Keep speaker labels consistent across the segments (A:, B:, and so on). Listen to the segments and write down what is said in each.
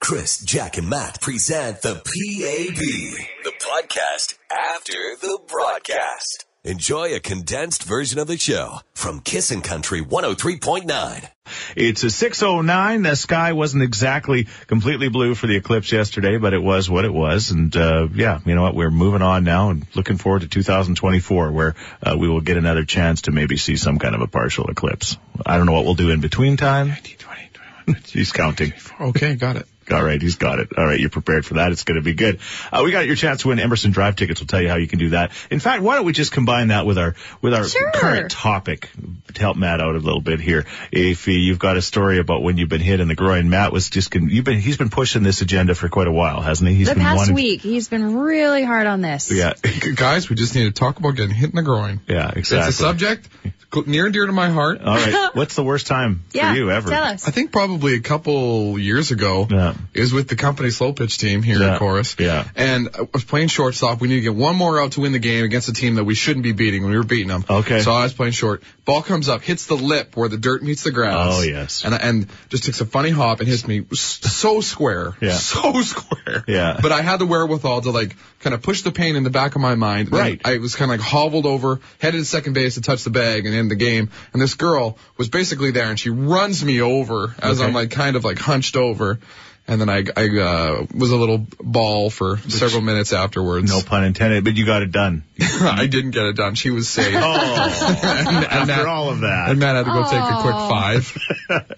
A: Chris, Jack, and Matt present the PAB, the podcast after the broadcast. Enjoy a condensed version of the show from Kissin' Country 103.9.
B: It's a 609. The sky wasn't exactly completely blue for the eclipse yesterday, but it was what it was. And, uh, yeah, you know what? We're moving on now and looking forward to 2024 where, uh, we will get another chance to maybe see some kind of a partial eclipse. I don't know what we'll do in between time.
C: 19, 20, 21,
B: He's counting.
C: 24. Okay, got it.
B: All right, he's got it. All right, you're prepared for that. It's going to be good. Uh, we got your chance to win Emerson Drive tickets. We'll tell you how you can do that. In fact, why don't we just combine that with our with our
D: Sure.
B: current topic to help Matt out a little bit here. If uh, you've got a story about when you've been hit in the groin, Matt was just con- you've been he's been pushing this agenda for quite a while, hasn't he? He's
D: the
B: been
D: past
B: wanting-
D: week, he's been really hard on this.
B: Yeah,
C: G- Guys, we just need to talk about getting hit in the groin.
B: yeah, exactly.
C: It's a subject cl- near and dear to my heart.
B: All right, what's the worst time
D: Yeah,
B: for you ever?
D: Tell
C: I
D: us.
C: think probably a couple years ago
B: Yeah.
C: it was with the company slow pitch team here
B: Yeah,
C: at Chorus.
B: yeah.
C: And I was playing shortstop. We need to get one more out to win the game against a team that we shouldn't be beating when we were beating them.
B: Okay.
C: So I was playing short. Ball comes up, hits the lip where the dirt meets the grass.
B: Oh, yes.
C: And I, and just takes a funny hop and hits me s- so square.
B: Yeah.
C: So square.
B: Yeah.
C: But I had the wherewithal to like kind of push the pain in the back of my mind. Then
B: Right.
C: I was kind of like hobbled over, headed to second base to touch the bag and end the game. And this girl was basically there and she runs me over as
B: Okay.
C: I'm like kind of like hunched over. And then I, I uh, was a little ball for several minutes afterwards.
B: No pun intended, but you got it done.
C: I didn't get it done. She was safe.
B: Oh,
C: and, and
B: after
C: Matt,
B: all of that.
C: and Matt had to go take a quick
D: Aw.
C: five.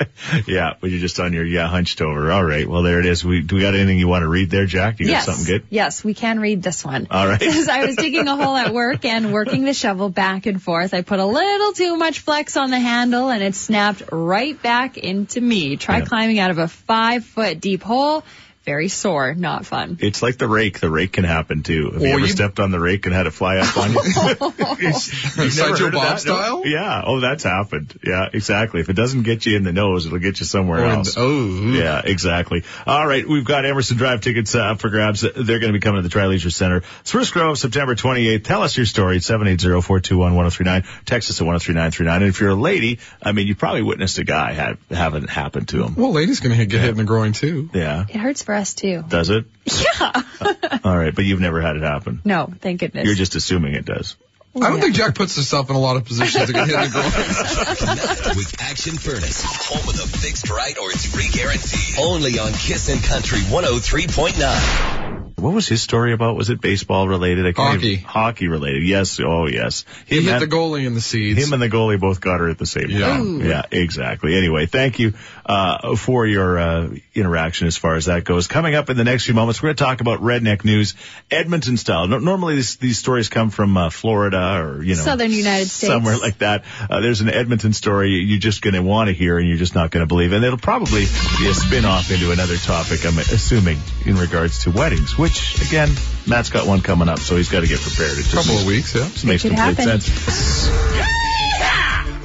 B: Yeah, but you're just on your yeah hunched over. All right, well there it is. We do we got anything you want to read there, Jack? Do you
D: yes.
B: got something good?
D: Yes, we can read this one.
B: All right.
D: Says, I was digging a hole at work and working the shovel back and forth. I put a little too much flex on the handle and it snapped right back into me. Try
B: Yeah.
D: climbing out of a five foot deep hole. Very sore. Not fun.
B: It's like the rake. The rake can happen too. Have you
C: Well,
B: ever
C: you-
B: stepped on the rake and had it fly up on you? You've never
C: Sideshow
B: heard of
C: Bob
B: that? No?
C: style?
B: Yeah. Oh, that's happened. Yeah, exactly. If it doesn't get you in the nose, it'll get you somewhere
C: And-
B: else.
C: oh,
B: Yeah, exactly. All right, we've got Emerson Drive tickets uh, up for grabs. They're going to be coming to the Tri-Leisure Center. Spruce Grove, September 28th. Tell us your story at 780-421-1039. Text us at 103939. And if you're a lady, I mean, you probably witnessed a guy have, have it happen to him.
C: Well, ladies gonna hit- get hit in the groin too.
B: Yeah.
D: It hurts for us too.
B: Does it? Yeah. all right, but you've never had it happen.
D: No, thank goodness.
B: You're just assuming it does.
C: I don't think Jack puts himself in a lot of positions to get hit in the groin.
A: Connect with Action Furnace, home of the fixed right or three guarantee. Only on Kissin' Country 103.9.
B: What was his story about? Was it baseball related? I can't
C: Hockey.
B: even- hockey related. Yes. Oh, yes.
C: He
B: Him
C: hit
B: and-
C: the goalie in the seeds.
B: Him and the goalie both got her at the same
C: Yeah.
B: time.
D: Ooh.
B: Yeah, exactly. Anyway, thank you uh, for your uh, interaction as far as that goes. Coming up in the next few moments, we're going to talk about redneck news, Edmonton style. No, normally these, these stories come from uh, Florida or you know
D: Southern United States.
B: somewhere like that. Uh, there's an Edmonton story you're just going to want to hear and you're just not going to believe, and it'll probably be a spin off into another topic. I'm assuming in regards to weddings, which again, Matt's got one coming up, so he's got to get prepared. It just
C: couple of
B: makes-
C: weeks, yeah.
B: just makes
D: It could
B: complete
D: happen.
B: sense.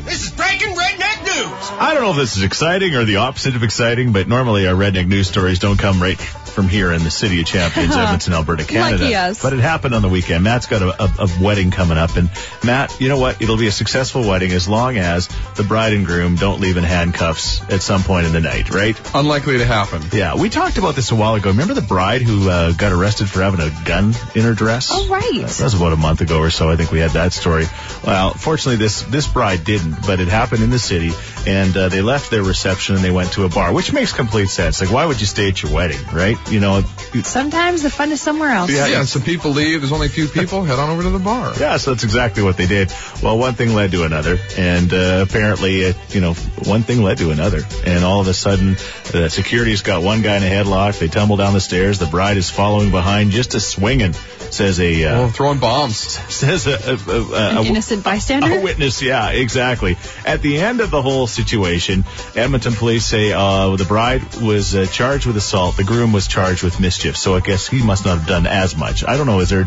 A: This is breaking redneck news.
B: I don't know if this is exciting or the opposite of exciting, but normally our redneck news stories don't come right from here in the city of Champions, Edmonton, Alberta, Canada.
D: Lucky us.
B: But it happened on the weekend. Matt's got a, a, a wedding coming up, and Matt, you know what? It'll be a successful wedding as long as the bride and groom don't leave in handcuffs at some point in the night, right?
C: Unlikely to happen.
B: Yeah, we talked about this a while ago. Remember the bride who uh, got arrested for having a gun in her dress?
D: Oh, right.
B: That was about a month ago or so. I think we had that story. Well, fortunately, this this bride didn't, but it happened in the city, and uh, they left their reception and they went to a bar, which makes complete sense. Like, why would you stay at your wedding, right? You know, it's-
D: Sometimes the fun is somewhere else.
C: Yeah, yeah. Some people leave. There's only a few people. Head on over to the bar.
B: yeah. So that's exactly what they did. Well, one thing led to another, and uh, apparently, it, you know, one thing led to another, and all of a sudden, the security's got one guy in a headlock. They tumble down the stairs. The bride is following behind, just a swinging. Says a uh,
C: Oh, throwing bombs.
B: says a, a, a, a-
D: An
B: a-
D: innocent bystander.
B: A witness, yeah, exactly. At the end of the whole situation, Edmonton police say uh, the bride was uh, charged with assault, the groom was charged with mischief. So I guess he must not have done as much. I don't know. Is there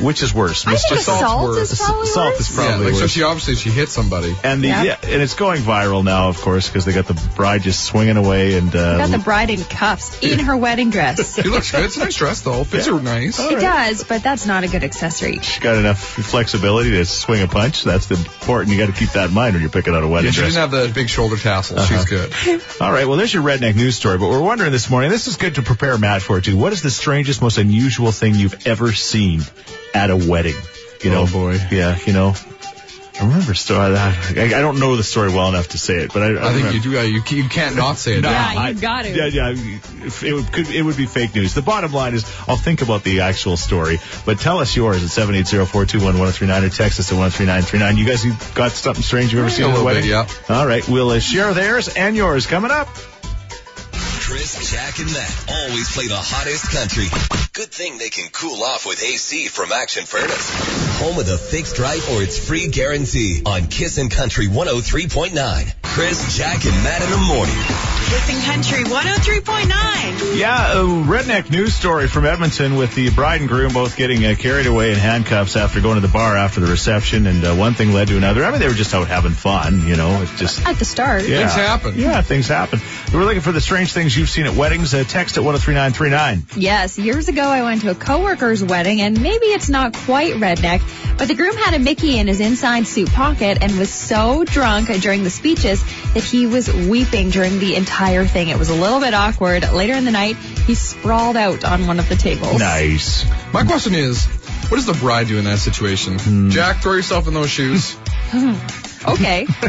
B: Which is worse?
D: I think
B: Mr.
C: assault's
D: assault is
C: worse.
D: probably
B: Assault
D: worse.
B: is probably
C: yeah, like so
B: worse.
C: she obviously she hit somebody.
B: and the
D: Yeah.
B: yeah. and it's going viral now, of course, because they got the bride just swinging away and uh,
D: Got the bride in cuffs in her wedding dress.
C: She looks good. It's a nice dress though. Fits her nice.
B: Oh,
D: It does, but that's not a good accessory.
B: she got enough flexibility to swing a punch. That's important. You got to keep that in mind when you're picking out a wedding
C: Yeah, she
B: dress.
C: didn't have the big shoulder tassel.
B: Uh-huh.
C: She's good.
B: All right, well, there's your redneck news story, but we're wondering this morning. This is good to prepare Matt for too. What is the strangest, most unusual thing you've ever seen at a wedding? You know,
C: Oh, boy.
B: yeah, you know. I remember story. I, I don't know the story well enough to say it, but I,
C: I think
B: remember-
C: you do. Yeah, you, you can't not say it.
D: Yeah,
C: now.
D: you got it.
B: Yeah, yeah. if It would, could, it would be fake news. The bottom line is, I'll think about the actual story, but tell us yours at 780-421-1039 or text us at 103939. You guys you got something strange you've ever seen
C: a
B: at a
C: little bit,
B: wedding?
C: yeah.
B: All right, we'll uh, share theirs and yours coming up.
A: Chris, Jack, and Matt always play the hottest country. Good thing they can cool off with AC from Action Furnace. Home of the fixed right or its free guarantee on Kissin' Country 103.9. Chris, Jack, and Matt in the morning.
E: Kissing Country 103.9.
B: Yeah, a redneck news story from Edmonton with the bride and groom both getting uh, carried away in handcuffs after going to the bar after the reception, and uh, one thing led to another. I mean, they were just out having fun, you know. It's just
D: At the start.
B: yeah.
C: Things happen.
B: Yeah, things happen. We're looking for the strange things you've seen at weddings. Uh, text at 103939.
D: Yes, years ago I went to a coworker's wedding and maybe it's not quite redneck, but the groom had a Mickey in his inside suit pocket and was so drunk during the speeches that he was weeping during the entire thing. It was a little bit awkward. Later in the night, he sprawled out on one of the
C: Oh.
D: tables.
B: Nice.
C: My question is, what does the bride do in that situation?
B: Hmm.
C: Jack, throw yourself in those shoes.
D: Okay.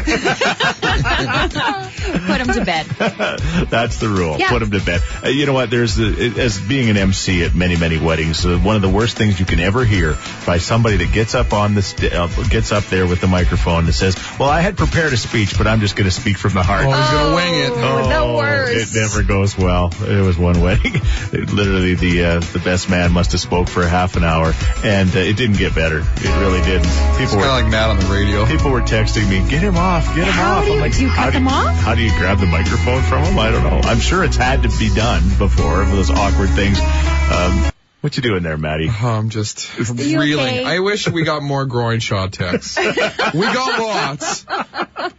D: Put him to bed.
B: That's the rule.
D: Yeah.
B: Put them to bed. Uh, you know what? There's the, it- as being an MC at many many weddings, uh, one of the worst things you can ever hear by somebody that gets up on the st- uh, gets up there with the microphone and says, "Well, I had prepared a speech, but I'm just going to speak from the heart."
C: Oh, he's gonna wing it.
D: Oh, the worst.
B: It never goes well. It was one wedding. Literally, the uh, the best man must have spoke for half an hour, and uh, it didn't get better. It really didn't.
C: It's
B: People
C: kind
B: were
C: of like Matt on the radio.
B: people were texting me, "Get him off! Get him
D: How
B: off!"
D: do you- do you cut
B: how
D: them
B: do,
D: off?
B: How do you grab the microphone from him? I don't know. I'm sure it's had to be done before for those awkward things. Um, what you doing there, Maddie?
C: Oh, I'm just
D: you
C: reeling.
D: okay?
C: I wish we got more groin shot texts. we got lots,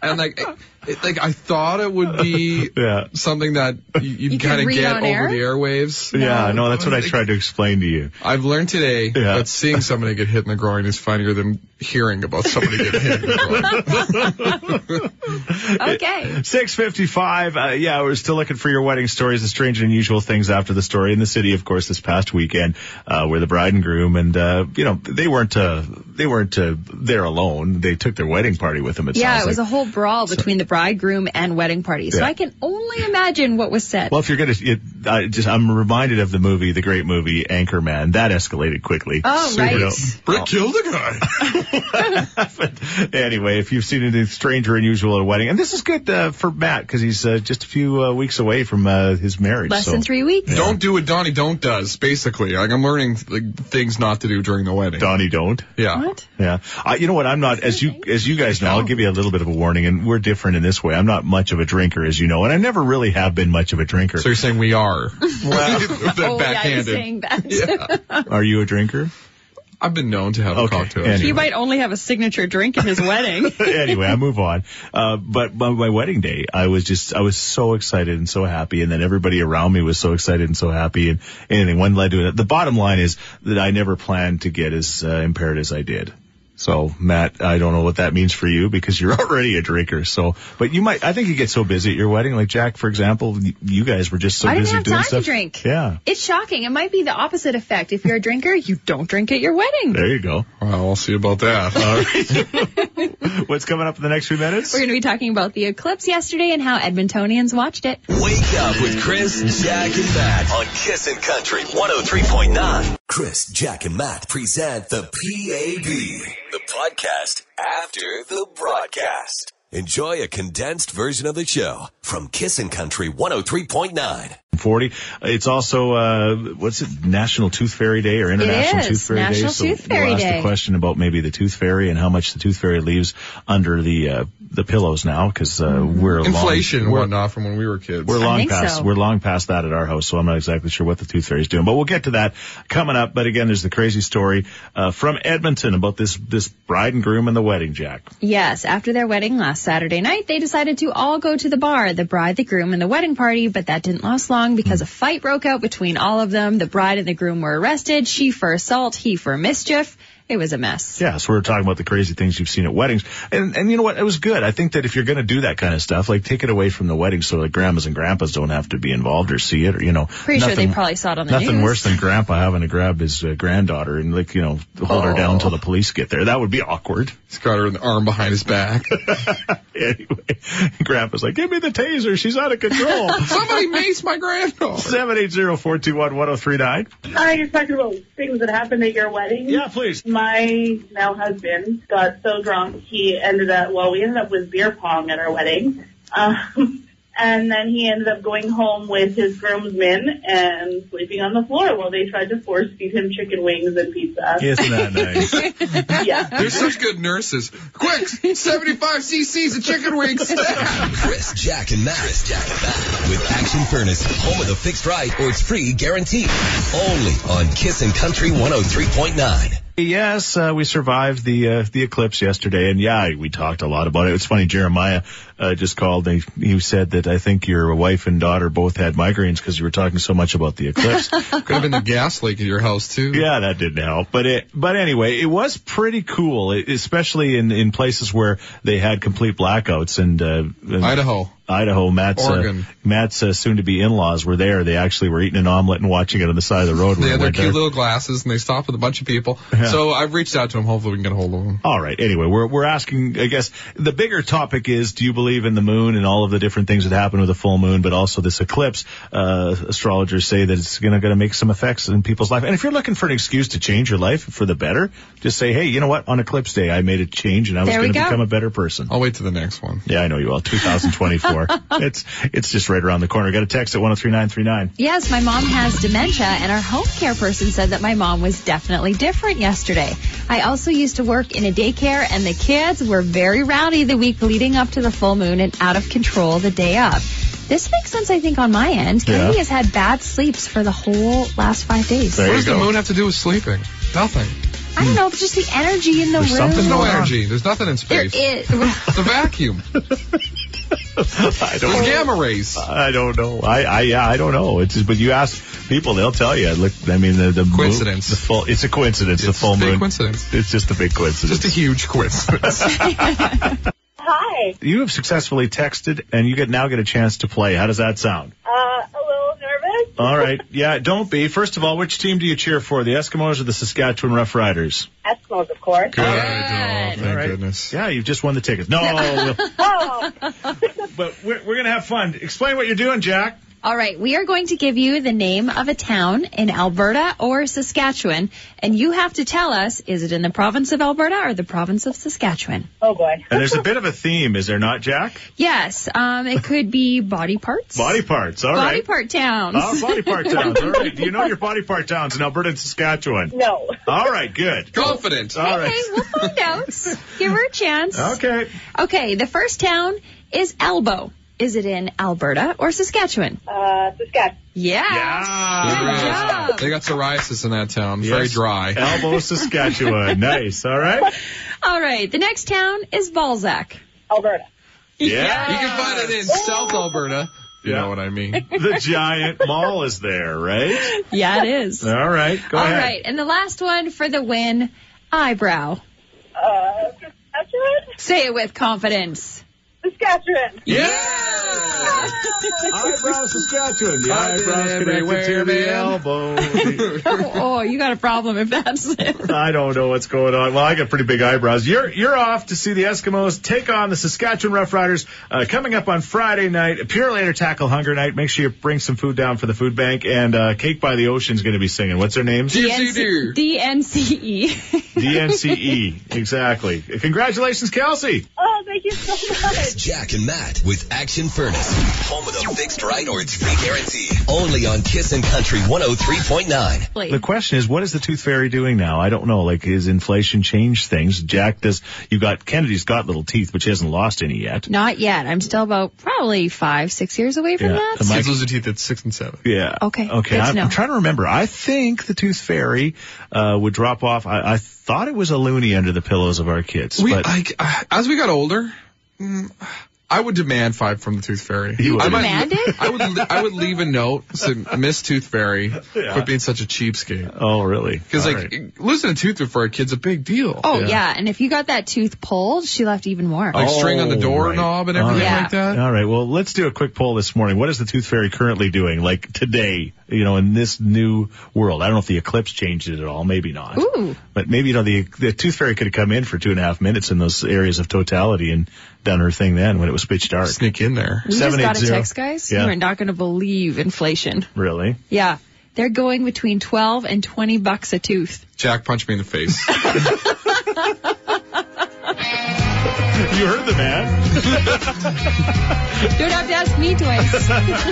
C: and like, it- it, like I thought it would be
B: Yeah.
C: something that you,
D: You
C: you
D: could
C: kind of
D: read
C: get
D: on
C: over
D: air?
C: the airwaves.
B: Yeah, no, that's what I tried to explain to you.
C: I've learned today
B: Yeah.
C: that seeing somebody get hit in the groin is funnier than hearing about somebody getting hit in the groin.
D: Okay.
B: 655. Uh, yeah, we're still looking for your wedding stories, the strange and unusual things after the story in the city, of course, this past weekend, uh, where the bride and groom and, uh, you know, they weren't, uh, they weren't, uh, there alone. They took their wedding party with them. It
D: Yeah,
B: sounds
D: it was
B: like.
D: a whole brawl between the bridegroom and wedding party. So
B: Yeah.
D: I can only imagine what was said.
B: Well, if you're gonna, it, I just I'm reminded of the movie, the great movie Anchorman. That escalated quickly.
D: Oh,
B: So, you know,
D: right.
C: Brick killed a guy.
B: but anyway, if you've seen anything strange or unusual at a wedding, and this is good uh, for Matt because he's uh, just a few uh, weeks away from uh, his marriage.
D: Less
B: so-
D: than three weeks.
C: Don't do what Donnie Don't does. Basically, like I'm learning like things not to do during the wedding.
B: Donnie, don't.
C: Yeah.
D: What?
B: Yeah, I, you know what? I'm not as you as you guys know. I'll give you a little bit of a warning, and we're different in this way. I'm not much of a drinker, as you know, and I never really have been much of a drinker.
C: So you're saying we are? Well,
D: Oh, yeah, he's
C: backhanded.
D: saying that.
B: Are you a drinker?
C: I've been known to have
B: Okay,
C: cocktails.
B: anyway.
D: He might only have a signature drink at his wedding.
B: anyway, I move on. Uh, but my, my wedding day, I was just, I was so excited and so happy. And then everybody around me was so excited and so happy. And anything, one led to another. The bottom line is that I never planned to get as uh, impaired as I did. So Matt, I don't know what that means for you because you're already a drinker. So, but you might, I think you get so busy at your wedding. Like Jack, for example, y- you guys were just so
D: I didn't
B: busy
D: have
B: doing
D: time
B: stuff.
D: to drink.
B: Yeah.
D: It's shocking. It might be the opposite effect. If you're a drinker, you don't drink at your wedding.
B: There you go.
C: Well, I'll see about that.
B: What's coming up in the next few minutes?
D: We're going to be talking about the eclipse yesterday and how Edmontonians watched it.
A: Wake up with Chris, Jack, and Matt on Kissin' Country 103.9. Chris, Jack, and Matt present the PAB, the podcast after the oh broadcast. Enjoy a condensed version of the show from Kissin' Country 103.9.
B: 40. It's also, uh, what's it, National Tooth Fairy Day or International
D: is,
B: Tooth Fairy Day?
D: National
B: So
D: Tooth Fairy
B: we'll ask
D: Day.
B: the question about maybe the tooth fairy and how much the tooth fairy leaves under the, uh, the pillows now because, uh, we're long-
C: Inflation and
B: we're,
C: whatnot from when we were kids.
B: we're long
D: think
B: past
D: so.
B: we're long past that at our house, so I'm not exactly sure what the tooth fairy's doing. But we'll get to that coming up. But again, there's the crazy story uh, from Edmonton about this this bride and groom and the wedding, Jack.
D: Yes, after their wedding last Saturday night, they decided to all go to the bar, the bride, the groom, and the wedding party, but that didn't last long because a fight broke out between all of them. The bride and the groom were arrested, she for assault, he for mischief. It was a mess.
B: Yeah, so we were talking about the crazy things you've seen at weddings, and and you know what? It was good. I think that if you're going to do that kind of stuff, like take it away from the wedding, so like grandmas and grandpas don't have to be involved or see it, or you know.
D: Pretty sure they probably saw it on the
B: nothing
D: news.
B: worse than grandpa having to grab his uh, granddaughter and like you know hold her down until
D: Oh.
B: the police get there. That would be awkward.
C: He's got her in the arm behind his back.
B: anyway, grandpa's like, give me the taser. She's out of control.
C: Somebody maced my granddaughter.
B: 780-421-1039.
F: Hi, you're talking about things that happened at your wedding.
B: Yeah, please.
F: My now husband got so drunk he ended up, well, we ended up with beer pong at our wedding. Um, and then he ended up going home with his groomsmen and sleeping on the floor while they tried to force feed him chicken wings and pizza.
B: Isn't that nice?
F: Yeah.
C: They're such good nurses. Quick, 75 cc's of chicken wings.
A: Chris, Jack, and Matt. Chris, Jack, and Matt. With Action Furnace, home of the fixed right or it's free guarantee. Only on Kissin' Country 103.9.
B: yes, uh, we survived the uh, the eclipse yesterday, and yeah, we talked a lot about it. It's funny, Jeremiah uh, just called. They, he said that I think your wife and daughter both had migraines because you were talking so much about the eclipse.
C: Could have been the gas leak at your house too.
B: Yeah, that didn't help. But it, but anyway, it was pretty cool, e- especially in, in places where they had complete blackouts and, uh, and
C: Idaho.
B: Idaho, Matt's, uh,
C: Oregon.
B: Matt's uh, soon to be in-laws were there. They actually were eating an omelet and watching it on the side of the road. when
C: They
B: I
C: had their
B: went
C: cute
B: there.
C: little glasses and they stopped with a bunch of people. So I've reached out to them. Hopefully we can get a hold of them.
B: All right. Anyway, we're we're asking. I guess the bigger topic is: Do you believe in the moon and all of the different things that happen with a full moon, but also this eclipse? Uh, astrologers say that it's going to going to make some effects in people's life. And if you're looking for an excuse to change your life for the better, just say, hey, you know what? On eclipse day, I made a change and I was
D: There
B: going
D: we
B: to
D: go.
B: become a better person.
C: I'll wait to the next one.
B: Yeah, I know you all. 2024. it's it's just right around the corner. Got a text at 103939.
D: Yes, my mom has dementia, and our home care person said that my mom was definitely different yesterday. I also used to work in a daycare, and the kids were very rowdy the week leading up to the full moon and out of control the day of. This makes sense, I think, on my end.
B: Yeah.
D: Katie has had bad sleeps for the whole last five days.
B: There
C: What
B: you
C: does the
B: go.
C: moon have to do with sleeping? Nothing.
D: I don't know, it's just the energy in the
B: There's
D: room.
B: something
C: There's no energy. There's nothing in
D: There
C: space.
D: is.
C: It's a vacuum.
B: I don't.
C: There's gamma rays.
B: I don't know. I, I, yeah, I don't know. It's just, but you ask people, they'll tell you. Look, I mean, the, the moon-
C: Coincidence.
B: the full, it's a coincidence. the
C: It's
B: full
C: a big
B: moon.
C: coincidence.
B: It's just a big coincidence.
C: Just a huge coincidence.
F: Hi.
B: you have successfully texted, and you get now get a chance to play. How does that sound?
F: Uh, a little nervous.
B: All right. Yeah. Don't be. First of all, which team do you cheer for? The Eskimos or the Saskatchewan Rough Riders?
F: Eskimos, of course.
C: Good. Oh,
B: All
C: thank
B: right.
C: goodness.
B: Yeah, you've just won the tickets. No, well,
F: Oh,
B: but we're, we're gonna have fun. Explain what you're doing, Jack.
D: All right, we are going to give you the name of a town in Alberta or Saskatchewan, and you have to tell us is it in the province of Alberta or the province of Saskatchewan?
F: oh boy.
B: And there's a bit of a theme, is there not, Jack?
D: Yes, um, it could be body parts.
B: Body parts. All right.
D: Body part towns.
B: Oh, body part towns. All right. Do you know your body part towns in Alberta and Saskatchewan?
F: No.
B: All right, good.
C: Confident.
B: All
D: Okay,
B: right.
D: we'll find out. Give her a chance.
B: Okay.
D: Okay, the first town is Elbow. Is it in Alberta or Saskatchewan?
F: Uh, Saskatchewan.
D: Yeah.
B: Yeah.
D: Good job.
C: They got psoriasis in that town. Very
B: Yes.
C: dry.
B: Elbow, Saskatchewan. nice. All right.
D: All right, the next town is Balzac.
F: Alberta.
C: You
B: Yeah.
C: can find it in South Alberta. You
B: Yeah.
C: know what I mean.
B: The giant mall is there, right?
D: Yeah, it is.
B: All right. Go
D: All
B: ahead.
D: right, and the last one for the win, eyebrow.
F: Uh, Saskatchewan.
D: Say it with confidence.
F: Saskatchewan.
C: Yeah.
D: Oh,
B: Eyebrow, Saskatchewan. The
C: I've
B: eyebrows
C: been
B: connected to the
C: everywhere, man.
B: elbow.
D: Oh, oh, you got a problem if that's it.
B: I don't know what's going on. Well, I got pretty big eyebrows. You're you're off to see the Eskimos take on the Saskatchewan Rough Riders uh, coming up on Friday night. Pure Later Tackle Hunger Night. Make sure you bring some food down for the food bank. And uh, Cake by the Ocean's going to be singing. What's their names?
C: DCD.
D: DNCE. E.
B: DNCE. E. Exactly. Congratulations, Kelsey.
F: Oh, thank you
D: so much.
A: Jack and Matt with Action Furnace. Home of the fixed right or it's free guarantee. Only on Kissin' Country 103.9.
B: The question is, what is the tooth fairy doing now? I don't know. Like, is inflation changed things? Jack does, you got, Kennedy's got little teeth, but she hasn't lost any yet.
D: Not yet. I'm still about probably five, six years away from
B: Yeah.
D: that.
B: Am I-
C: Kids lose their teeth at six and seven.
B: Yeah.
D: Okay,
B: Okay.
D: good to
B: I'm,
D: know.
B: I'm trying to remember. I think the tooth fairy, uh, would drop off. I, I thought it was a loony under the pillows of our kids,
C: We,
B: but
C: I, I- as we got older, mm, I would demand five from the Tooth Fairy.
B: You would.
C: I might-
D: Demand it?
C: I would. li- I would leave a note saying, "Miss Tooth Fairy,
B: Yeah.
C: for being such a cheapskate."
B: oh, really?
C: Because
B: All
C: like
B: right.
C: losing a tooth for a kid's a big deal.
D: Oh yeah. and if you got that tooth pulled, she left even more.
C: like string on the
B: Oh,
C: doorknob and
B: right.
C: everything
D: Yeah.
C: like that.
B: All right. Well, let's do a quick poll this morning. What is the tooth fairy currently doing? Like today, you know, in this new world. I don't know if the eclipse changed it at all. Maybe not.
D: Ooh.
B: But maybe, you know, the, the tooth fairy could have come in for two and a half minutes in those areas of totality and done her thing then when it was pitch dark.
C: Sneak in there.
D: We just got a
B: 780.
D: text, guys.
B: Yeah.
D: You are not going to believe inflation.
B: Really?
D: Yeah. They're going between 12 and 20 bucks a tooth.
C: Jack punched me in the face.
B: You heard the man.
D: Don't have to ask me twice.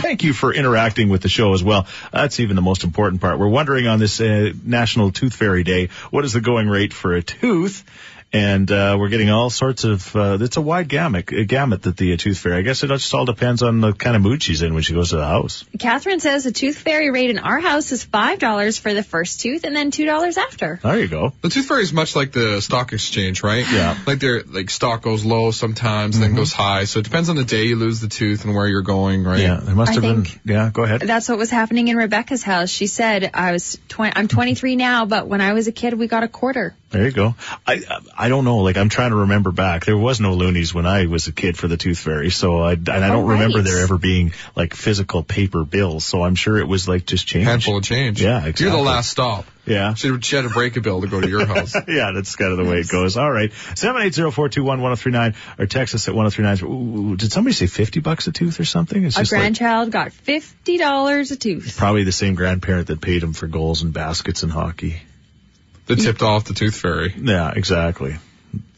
B: Thank you for interacting with the show as well. That's even the most important part. We're wondering on this uh, National Tooth Fairy Day, what is the going rate for a tooth? And uh, we're getting all sorts of. Uh, it's a wide gamut, a gamut that the uh, tooth fairy. I guess it just all depends on the kind of mood she's in when she goes to the house.
D: Catherine says the tooth fairy rate in our house is $5 for the first tooth and then $2 after.
B: There you go.
C: The tooth fairy is much like the stock exchange, right?
B: Yeah. Mm-hmm.
C: Like their like stock goes low sometimes, then goes high. So it depends on the day you lose the tooth and where you're going, right?
B: Yeah, there must
D: I
B: have
D: think-
B: been. Yeah, go ahead.
D: That's what was happening in Rebecca's house. She said, I was 20, I'm 23 now, but when I was a kid, we got a quarter.
B: There you go. I I don't know. Like I'm trying to remember back. There was no loonies when I was a kid for the Tooth Fairy, so I and I don't
D: Oh, right.
B: remember there ever being like physical paper bills. So I'm sure it was like just change.
C: Handful of change.
B: Yeah, exactly.
C: You're the last stop.
B: Yeah.
C: She, she had to break a bill to go to your house.
B: Yeah, that's kind of the way it goes. All right. 780-421-1039 or text us at 1039. Ooh, did somebody say 50 bucks a tooth or something? It's
D: A
B: just like
D: grandchild got $50 a tooth.
B: probably the same grandparent that paid him for goals and baskets and hockey.
C: That tipped off the tooth fairy.
B: Yeah, exactly.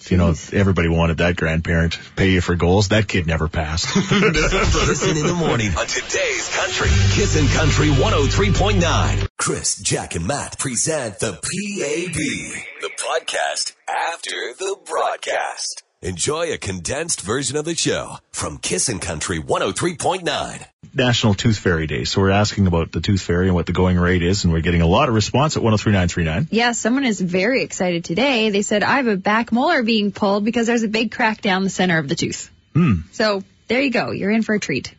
B: You know, everybody wanted that grandparent. Pay you for goals. That kid never passed.
A: Kissin' in the morning on today's country. Kissin' Country 103.9. Chris, Jack, and Matt present the PAB, the podcast after the broadcast. Enjoy a condensed version of the show from Kissin' Country 103.9.
B: National Tooth Fairy Day. So we're asking about the tooth fairy and what the going rate is, and we're getting a lot of response at 103939.
D: Yeah, someone is very excited today. They said, I have a back molar being pulled because there's a big crack down the center of the tooth.
B: Hmm.
D: So there you go. You're in for a treat.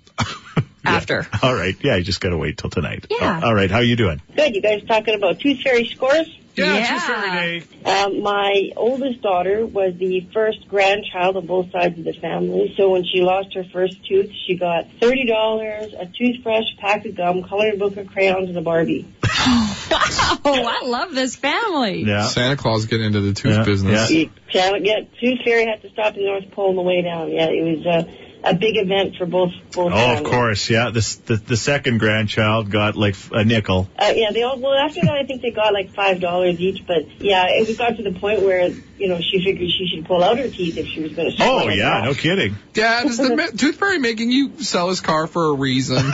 D: After.
B: All right. Yeah, you just gotta wait till tonight.
D: Yeah.
B: All right. How you doing?
G: Good. You guys talking about tooth fairy scores?
D: Yeah. Tooth Fairy
B: Day.
G: Um, my oldest daughter was the first grandchild on both sides of the family. So when she lost her first tooth, she got thirty dollars, a toothbrush, pack of gum, coloring book, and crayons, and a Barbie.
D: Oh, I love this family.
B: Yeah.
C: Santa Claus getting into the tooth
B: Yeah,
C: business.
B: yeah.
G: You can't get tooth fairy had to stop at the North Pole on the way down. Yeah, it was a, a big event for both both.
B: Oh, of
G: families.
B: course. Yeah. This, the, the second grandchild got like f- a nickel.
G: Uh, yeah, they all. Well, after that, I think they got like five dollars each. But yeah, it got to the point where you know she figured she should pull out her teeth if she was going to.
B: Oh, yeah. No kidding.
C: Dad, is the ma- tooth fairy making you sell his car for a reason?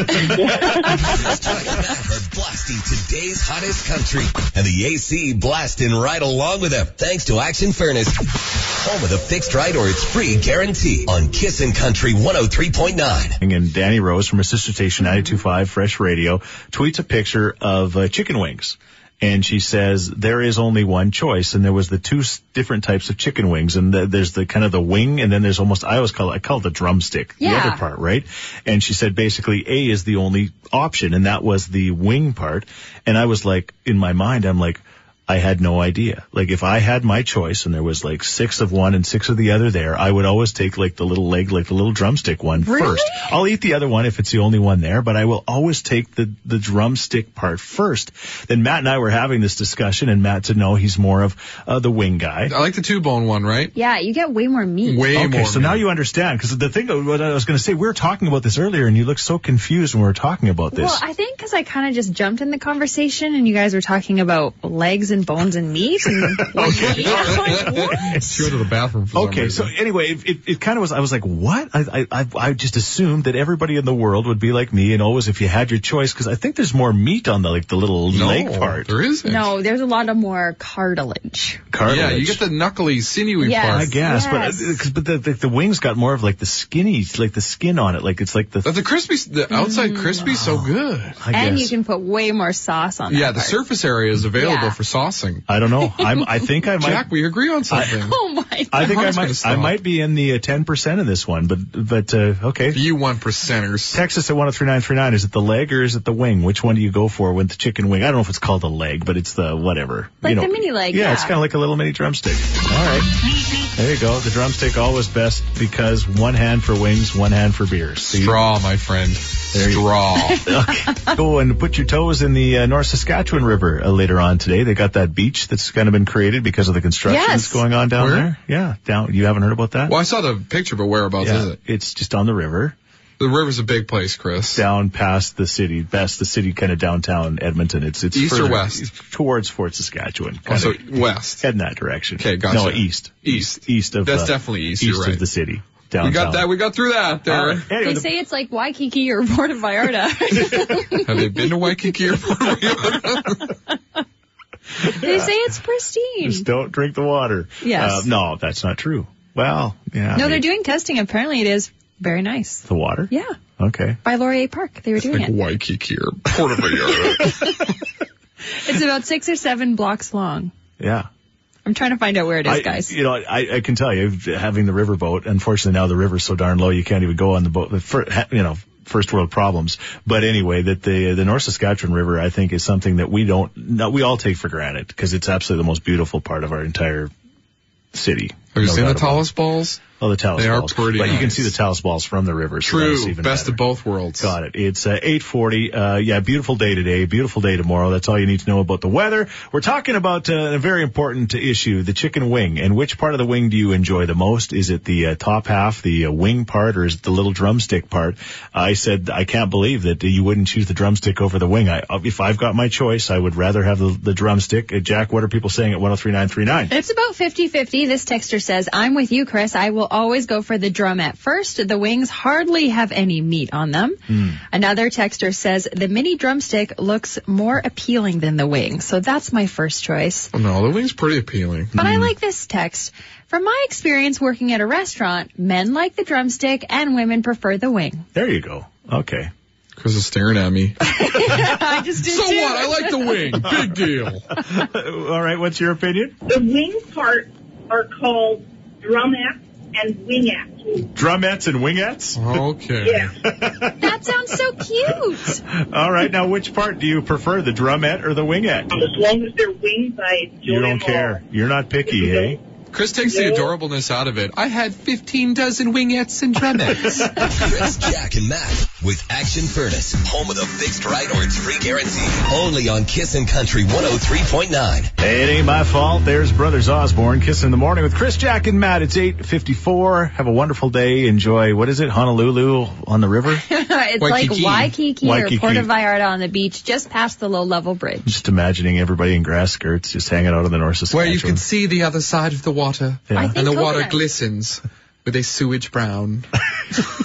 A: Jack and Matt are blasting today's hottest country. And the AC blasting right along with them thanks to Action Furnace. Home of the fixed right or it's free guarantee on Kissin' Country 103.9.
B: And Danny Rose from her sister station 925 Fresh Radio tweets a picture of uh, chicken wings. And she says there is only one choice, and there was the two s- different types of chicken wings, and the, there's the kind of the wing, and then there's almost I always call it I call it the drumstick, the
D: Yeah.
B: other part, right? And she said basically A is the only option, and that was the wing part. And I was like, in my mind, I'm like, I had no idea. Like if I had my choice and there was like six of one and six of the other there, I would always take like the little leg, like the little drumstick one
D: Really?
B: first. I'll eat the other one if it's the only one there, but I will always take the, the drumstick part first. Then Matt and I were having this discussion and Matt said no, he's more of uh, the wing guy.
C: I like the two bone one, right?
D: Yeah, you get way more meat.
C: Way
B: Okay,
C: more.
B: so now you understand because the thing uh, what I was going to say, we were talking about this earlier, and you looked so confused when we were talking about this.
D: Well, I think because I kind of just jumped in the conversation and you guys were talking about legs and and bones and meat. And like, yeah, like, what?
C: She went to the bathroom for some
B: Okay, so
C: reason.
B: anyway, it, it, it kind of was. I was like, "What?" I, I I I just assumed that everybody in the world would be like me and always, if you had your choice, because I think there's more meat on the like the little
C: no,
B: leg part,
C: There isn't.
D: No, there's a lot of more cartilage.
B: cartilage.
C: Yeah, you get the knuckly, sinewy
D: Yes.
C: part.
B: I guess, but uh,
D: Yes.
B: 'cause- but the, the the wings got more of like the skinny, like the skin on it, like it's like the.
C: But the crispy, the outside
D: Mm.
C: crispy, is so good.
B: I
D: and
B: guess.
D: you can put way more sauce on
C: Yeah,
D: that.
C: the
D: part.
C: surface area is available
D: Yeah.
C: for saucing.
B: I don't know. I'm. I think I might.
C: Jack, we agree on something.
D: Oh my
B: I think I
C: heart's gonna
B: might. I
C: stop.
B: might be in the uh, ten percent of this one, but but uh, okay.
C: you one percenters.
B: Texas at 103939, is it the leg or is it the wing? Which one do you go for with the chicken wing? I don't know if it's called a leg, but it's the whatever.
D: Like
B: you know,
D: the mini leg,
B: Yeah,
D: yeah.
B: it's kind of like a little mini drumstick. All right. There you go. The drumstick always best because one hand for wings, one hand for beer. So you
C: Straw, my friend.
B: you-
C: Straw.
B: go and put your toes in the uh, North Saskatchewan River uh, later on today. They got that beach that's kind of been created because of the construction
D: Yes.
B: that's going on down
C: Where?
B: there. Yeah, down. You haven't heard about that?
C: well, I saw the picture, but whereabouts
B: Yeah,
C: is it?
B: it's just on the river.
C: The river's a big place, Chris.
B: down past the city, past the city, kind of downtown Edmonton. It's it's
C: East or
B: further
C: west?
B: towards Fort Saskatchewan.
C: Oh,
B: Kind
C: so
B: of
C: west.
B: head in that direction.
C: Okay, gotcha.
B: No, east,
C: East.
B: east of
C: That's
B: uh,
C: definitely east,
B: east
C: you're
B: of
C: right.
B: the city.
C: We
B: Downtown.
C: got that. We got through that
B: All
C: there.
B: right. Anyway,
D: They
B: the-
D: say it's like Waikiki or Puerto Vallarta.
C: Have they been to Waikiki Airport?
D: they say it's pristine.
B: just don't drink the water.
D: Yes.
B: Uh, no, that's not true. Well, yeah.
D: No,
B: maybe
D: they're doing testing. Apparently, it is very nice.
B: the water.
D: Yeah,
B: Okay.
D: by Laurier Park, they were doing
C: like
D: it.
C: Waikiki Airport. of Europe.
D: It's about six or seven blocks long.
B: Yeah.
D: I'm trying to find out where it is,
B: I,
D: guys.
B: You know, I, I can tell you, having the riverboat, unfortunately now the river's so darn low you can't even go on the boat. For, ha- you know, first world problems. But anyway, that the the North Saskatchewan River, I think, is something that we don't, no, we all take for granted because it's absolutely the most beautiful part of our entire city.
C: Have you
B: No
C: seen the
B: doubt about it.
C: tallest balls?
B: Oh, the talus
C: They are
B: balls.
C: pretty
B: But you can
C: nice.
B: see the talus balls from the river. So that's
C: True.
B: even
C: Best
B: better.
C: of both worlds.
B: Got it. It's uh, 8:40. Uh, yeah, beautiful day today. Beautiful day tomorrow. That's all you need to know about the weather. We're talking about uh, a very important issue: the chicken wing. And which part of the wing do you enjoy the most? Is it the uh, top half, the uh, wing part, or is it the little drumstick part? I said I can't believe that you wouldn't choose the drumstick over the wing. I, uh, if I've got my choice, I would rather have the, the drumstick. Uh, Jack, what are people saying at 103939?
D: It's about 50-50. This texter says, I'm with you, Chris. I will always go for the drum at first. The wings hardly have any meat on them. Another texter says, the mini drumstick looks more appealing than the wing. So that's my first choice.
C: Oh, no, the wing's pretty appealing.
D: But I like this text. From my experience working at a restaurant, men like the drumstick and women prefer the wing.
B: There you go. Okay.
C: Chris is staring at me.
D: I just did
C: So
D: too.
C: what? I like the wing. Big deal.
B: Uh, All right. What's your opinion?
F: The wing parts are called drumettes and wingettes.
B: Drumettes and wingettes.
C: Okay.
F: Yeah.
D: That sounds so cute.
B: All right, now which part do you prefer, the drumette or the wingette?
F: As long as they're wings, I enjoy
B: You don't
F: them
B: care. You're not picky, eh? hey?
C: Chris takes the adorableness out of it. I had 15 dozen wingettes and drumettes.
A: Chris, Jack, and Matt with Action Furnace, home of the fixed right or it's free guarantee. Only on Kissin' Country 103.9.
B: It ain't my fault. There's Brothers Osborne kissing in the morning with Chris, Jack, and Matt. It's 8.54. Have a wonderful day. Enjoy, what is it, Honolulu on the river?
D: it's
C: Waikiki.
D: like Waikiki,
B: Waikiki.
D: or Puerto Vallarta on the beach, just past the low level bridge.
B: just imagining everybody in grass skirts just hanging out on the North
C: Where
B: Saskatchewan.
C: you can see the other side of the water.
B: Yeah.
D: I
C: And
D: think
C: the water
D: coconut-
C: glistens with a sewage brown.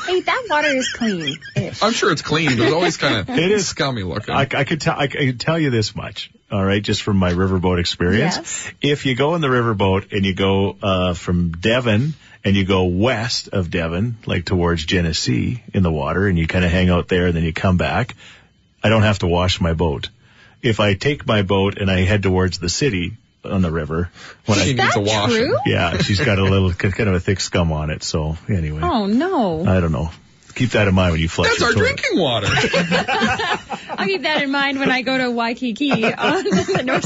D: Hey, that water is clean. Ish.
C: I'm sure it's clean, but it's always kind of
B: It is.
C: scummy looking.
B: I, I could tell. I, could tell you this much. All right, just from my riverboat experience.
D: Yes.
B: If you go in the riverboat and you go uh, from Devon and you go west of Devon, like towards Genesee, in the water, and you kind of hang out there, and then you come back, I don't have to wash my boat. If I take my boat and I head towards the city on the river, when
C: She
B: I,
C: needs
D: that
C: a wash.
D: true?
B: yeah, she's got a little kind of a thick scum on it. So anyway,
D: Oh no.
B: I don't know. Keep that in mind when you flush
C: That's
B: your
C: our
B: toilet.
C: drinking water.
D: I'll keep that in mind when I go to Waikiki on the North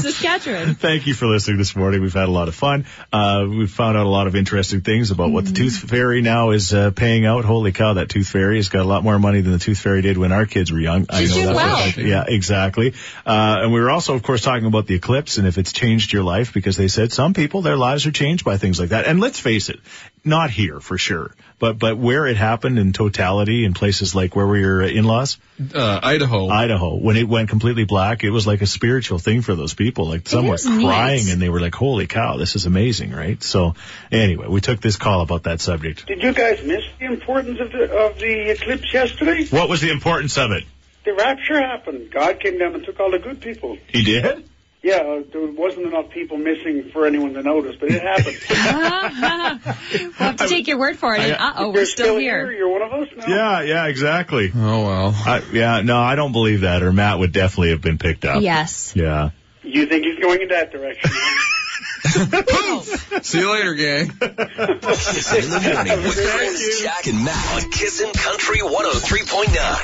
D: Saskatchewan.
B: Thank you for listening this morning. We've had a lot of fun. Uh, we've found out a lot of interesting things about what the tooth fairy now is uh, paying out. Holy cow, that tooth fairy has got a lot more money than the tooth fairy did when our kids were young. I
C: She's
B: know
D: doing
B: that.
D: well.
B: for a fact. Yeah, exactly. Uh, and we were also, of course, talking about the eclipse and if it's changed your life because they said some people, their lives are changed by things like that. And let's face it, not here for sure, but but where it happened in totality in places like where were your in-laws,
C: Uh, Idaho.
B: Idaho, when it went completely black, it was like a spiritual thing for those people. Like some were
D: is neat.
B: crying and they were like, "Holy cow, this is amazing!" Right? So anyway, we took this call about that subject.
H: Did you guys miss the importance of the, of the eclipse yesterday?
B: What was the importance of it?
H: The rapture happened. God came down and took all the good people.
B: He did.
H: Yeah, uh, there wasn't enough people missing for anyone to notice, but it happened.
D: we'll have to take your word for it. And uh oh, we're
H: You're
D: still here.
H: You're one of us now.
B: Yeah, yeah, exactly.
C: Oh well.
B: I, yeah, no, I don't believe that, or Matt would definitely have been picked up.
D: Yes.
B: Yeah.
H: You think he's going in that direction?
C: See you later, gang.
A: oh Kiss in the morning with Chris, Jack, and Matt on Kissin' Country 103.9.